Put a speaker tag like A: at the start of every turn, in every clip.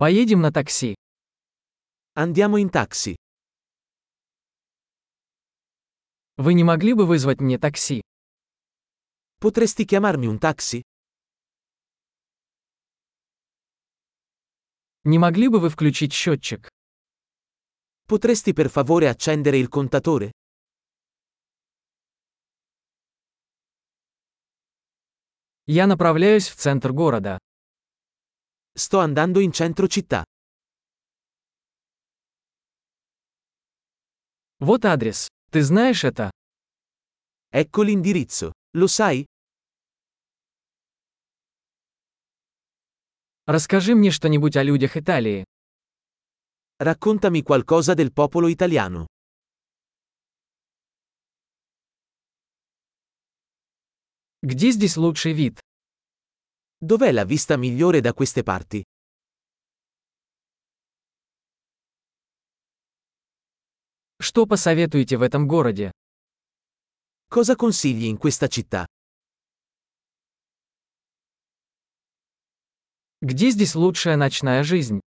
A: Поедем на такси.
B: Andiamo in taxi.
A: Вы не могли бы вызвать мне такси?
B: Potresti chiamarmi un taxi?
A: Не могли бы вы включить счетчик?
B: Potresti per favore accendere il contatore?
A: Я направляюсь в центр города.
B: Sto andando in centro città.
A: Вот адрес. Ты знаешь это?
B: Ecco l'indirizzo. Lo sai?
A: Расскажи мне что-нибудь о людях Италии.
B: Raccontami qualcosa del popolo italiano.
A: Где здесь лучший вид?
B: Dov'è la vista migliore da queste parti?
A: Что посоветуете в этом городе?
B: Cosa consigli in questa città?
A: Где здесь лучшая ночная жизнь?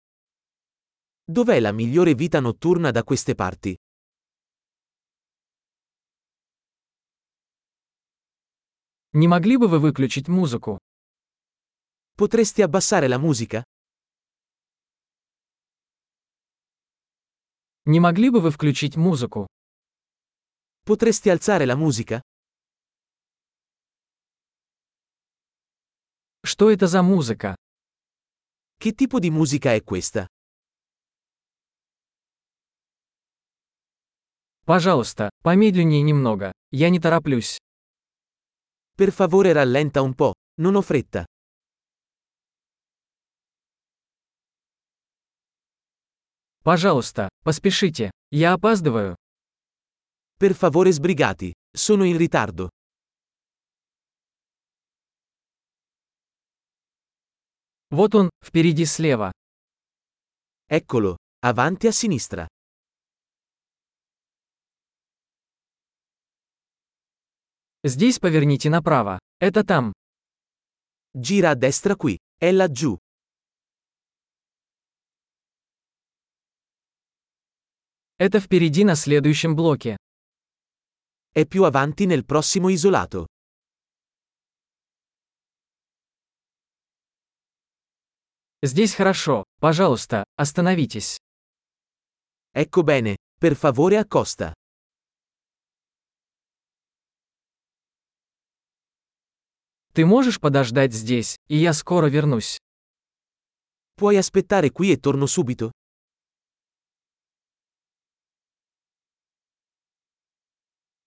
B: Dov'è la migliore vita notturna da queste parti?
A: Не могли бы вы выключить музыку?
B: Potresti abbassare la musica?
A: Не могли бы вы включить музыку?
B: Potresti alzare la musica?
A: Что это за музыка?
B: Che tipo di musica è questa?
A: Пожалуйста, помедленнее немного. Я не тороплюсь.
B: Per favore rallenta un po', non ho fretta.
A: Пожалуйста, поспешите. Я опаздываю.
B: Per favore sbrigati, sono in ritardo.
A: Вот он, впереди слева.
B: Eccolo, avanti a sinistra.
A: Здесь поверните направо. Это там.
B: Gira a destra qui, è laggiù.
A: Это впереди на следующем блоке.
B: È più avanti nel prossimo isolato.
A: Здесь хорошо. Пожалуйста, остановитесь.
B: Ecco bene, per favore accosta.
A: Ты можешь подождать здесь, и я скоро вернусь.
B: Puoi aspettare qui e torno subito?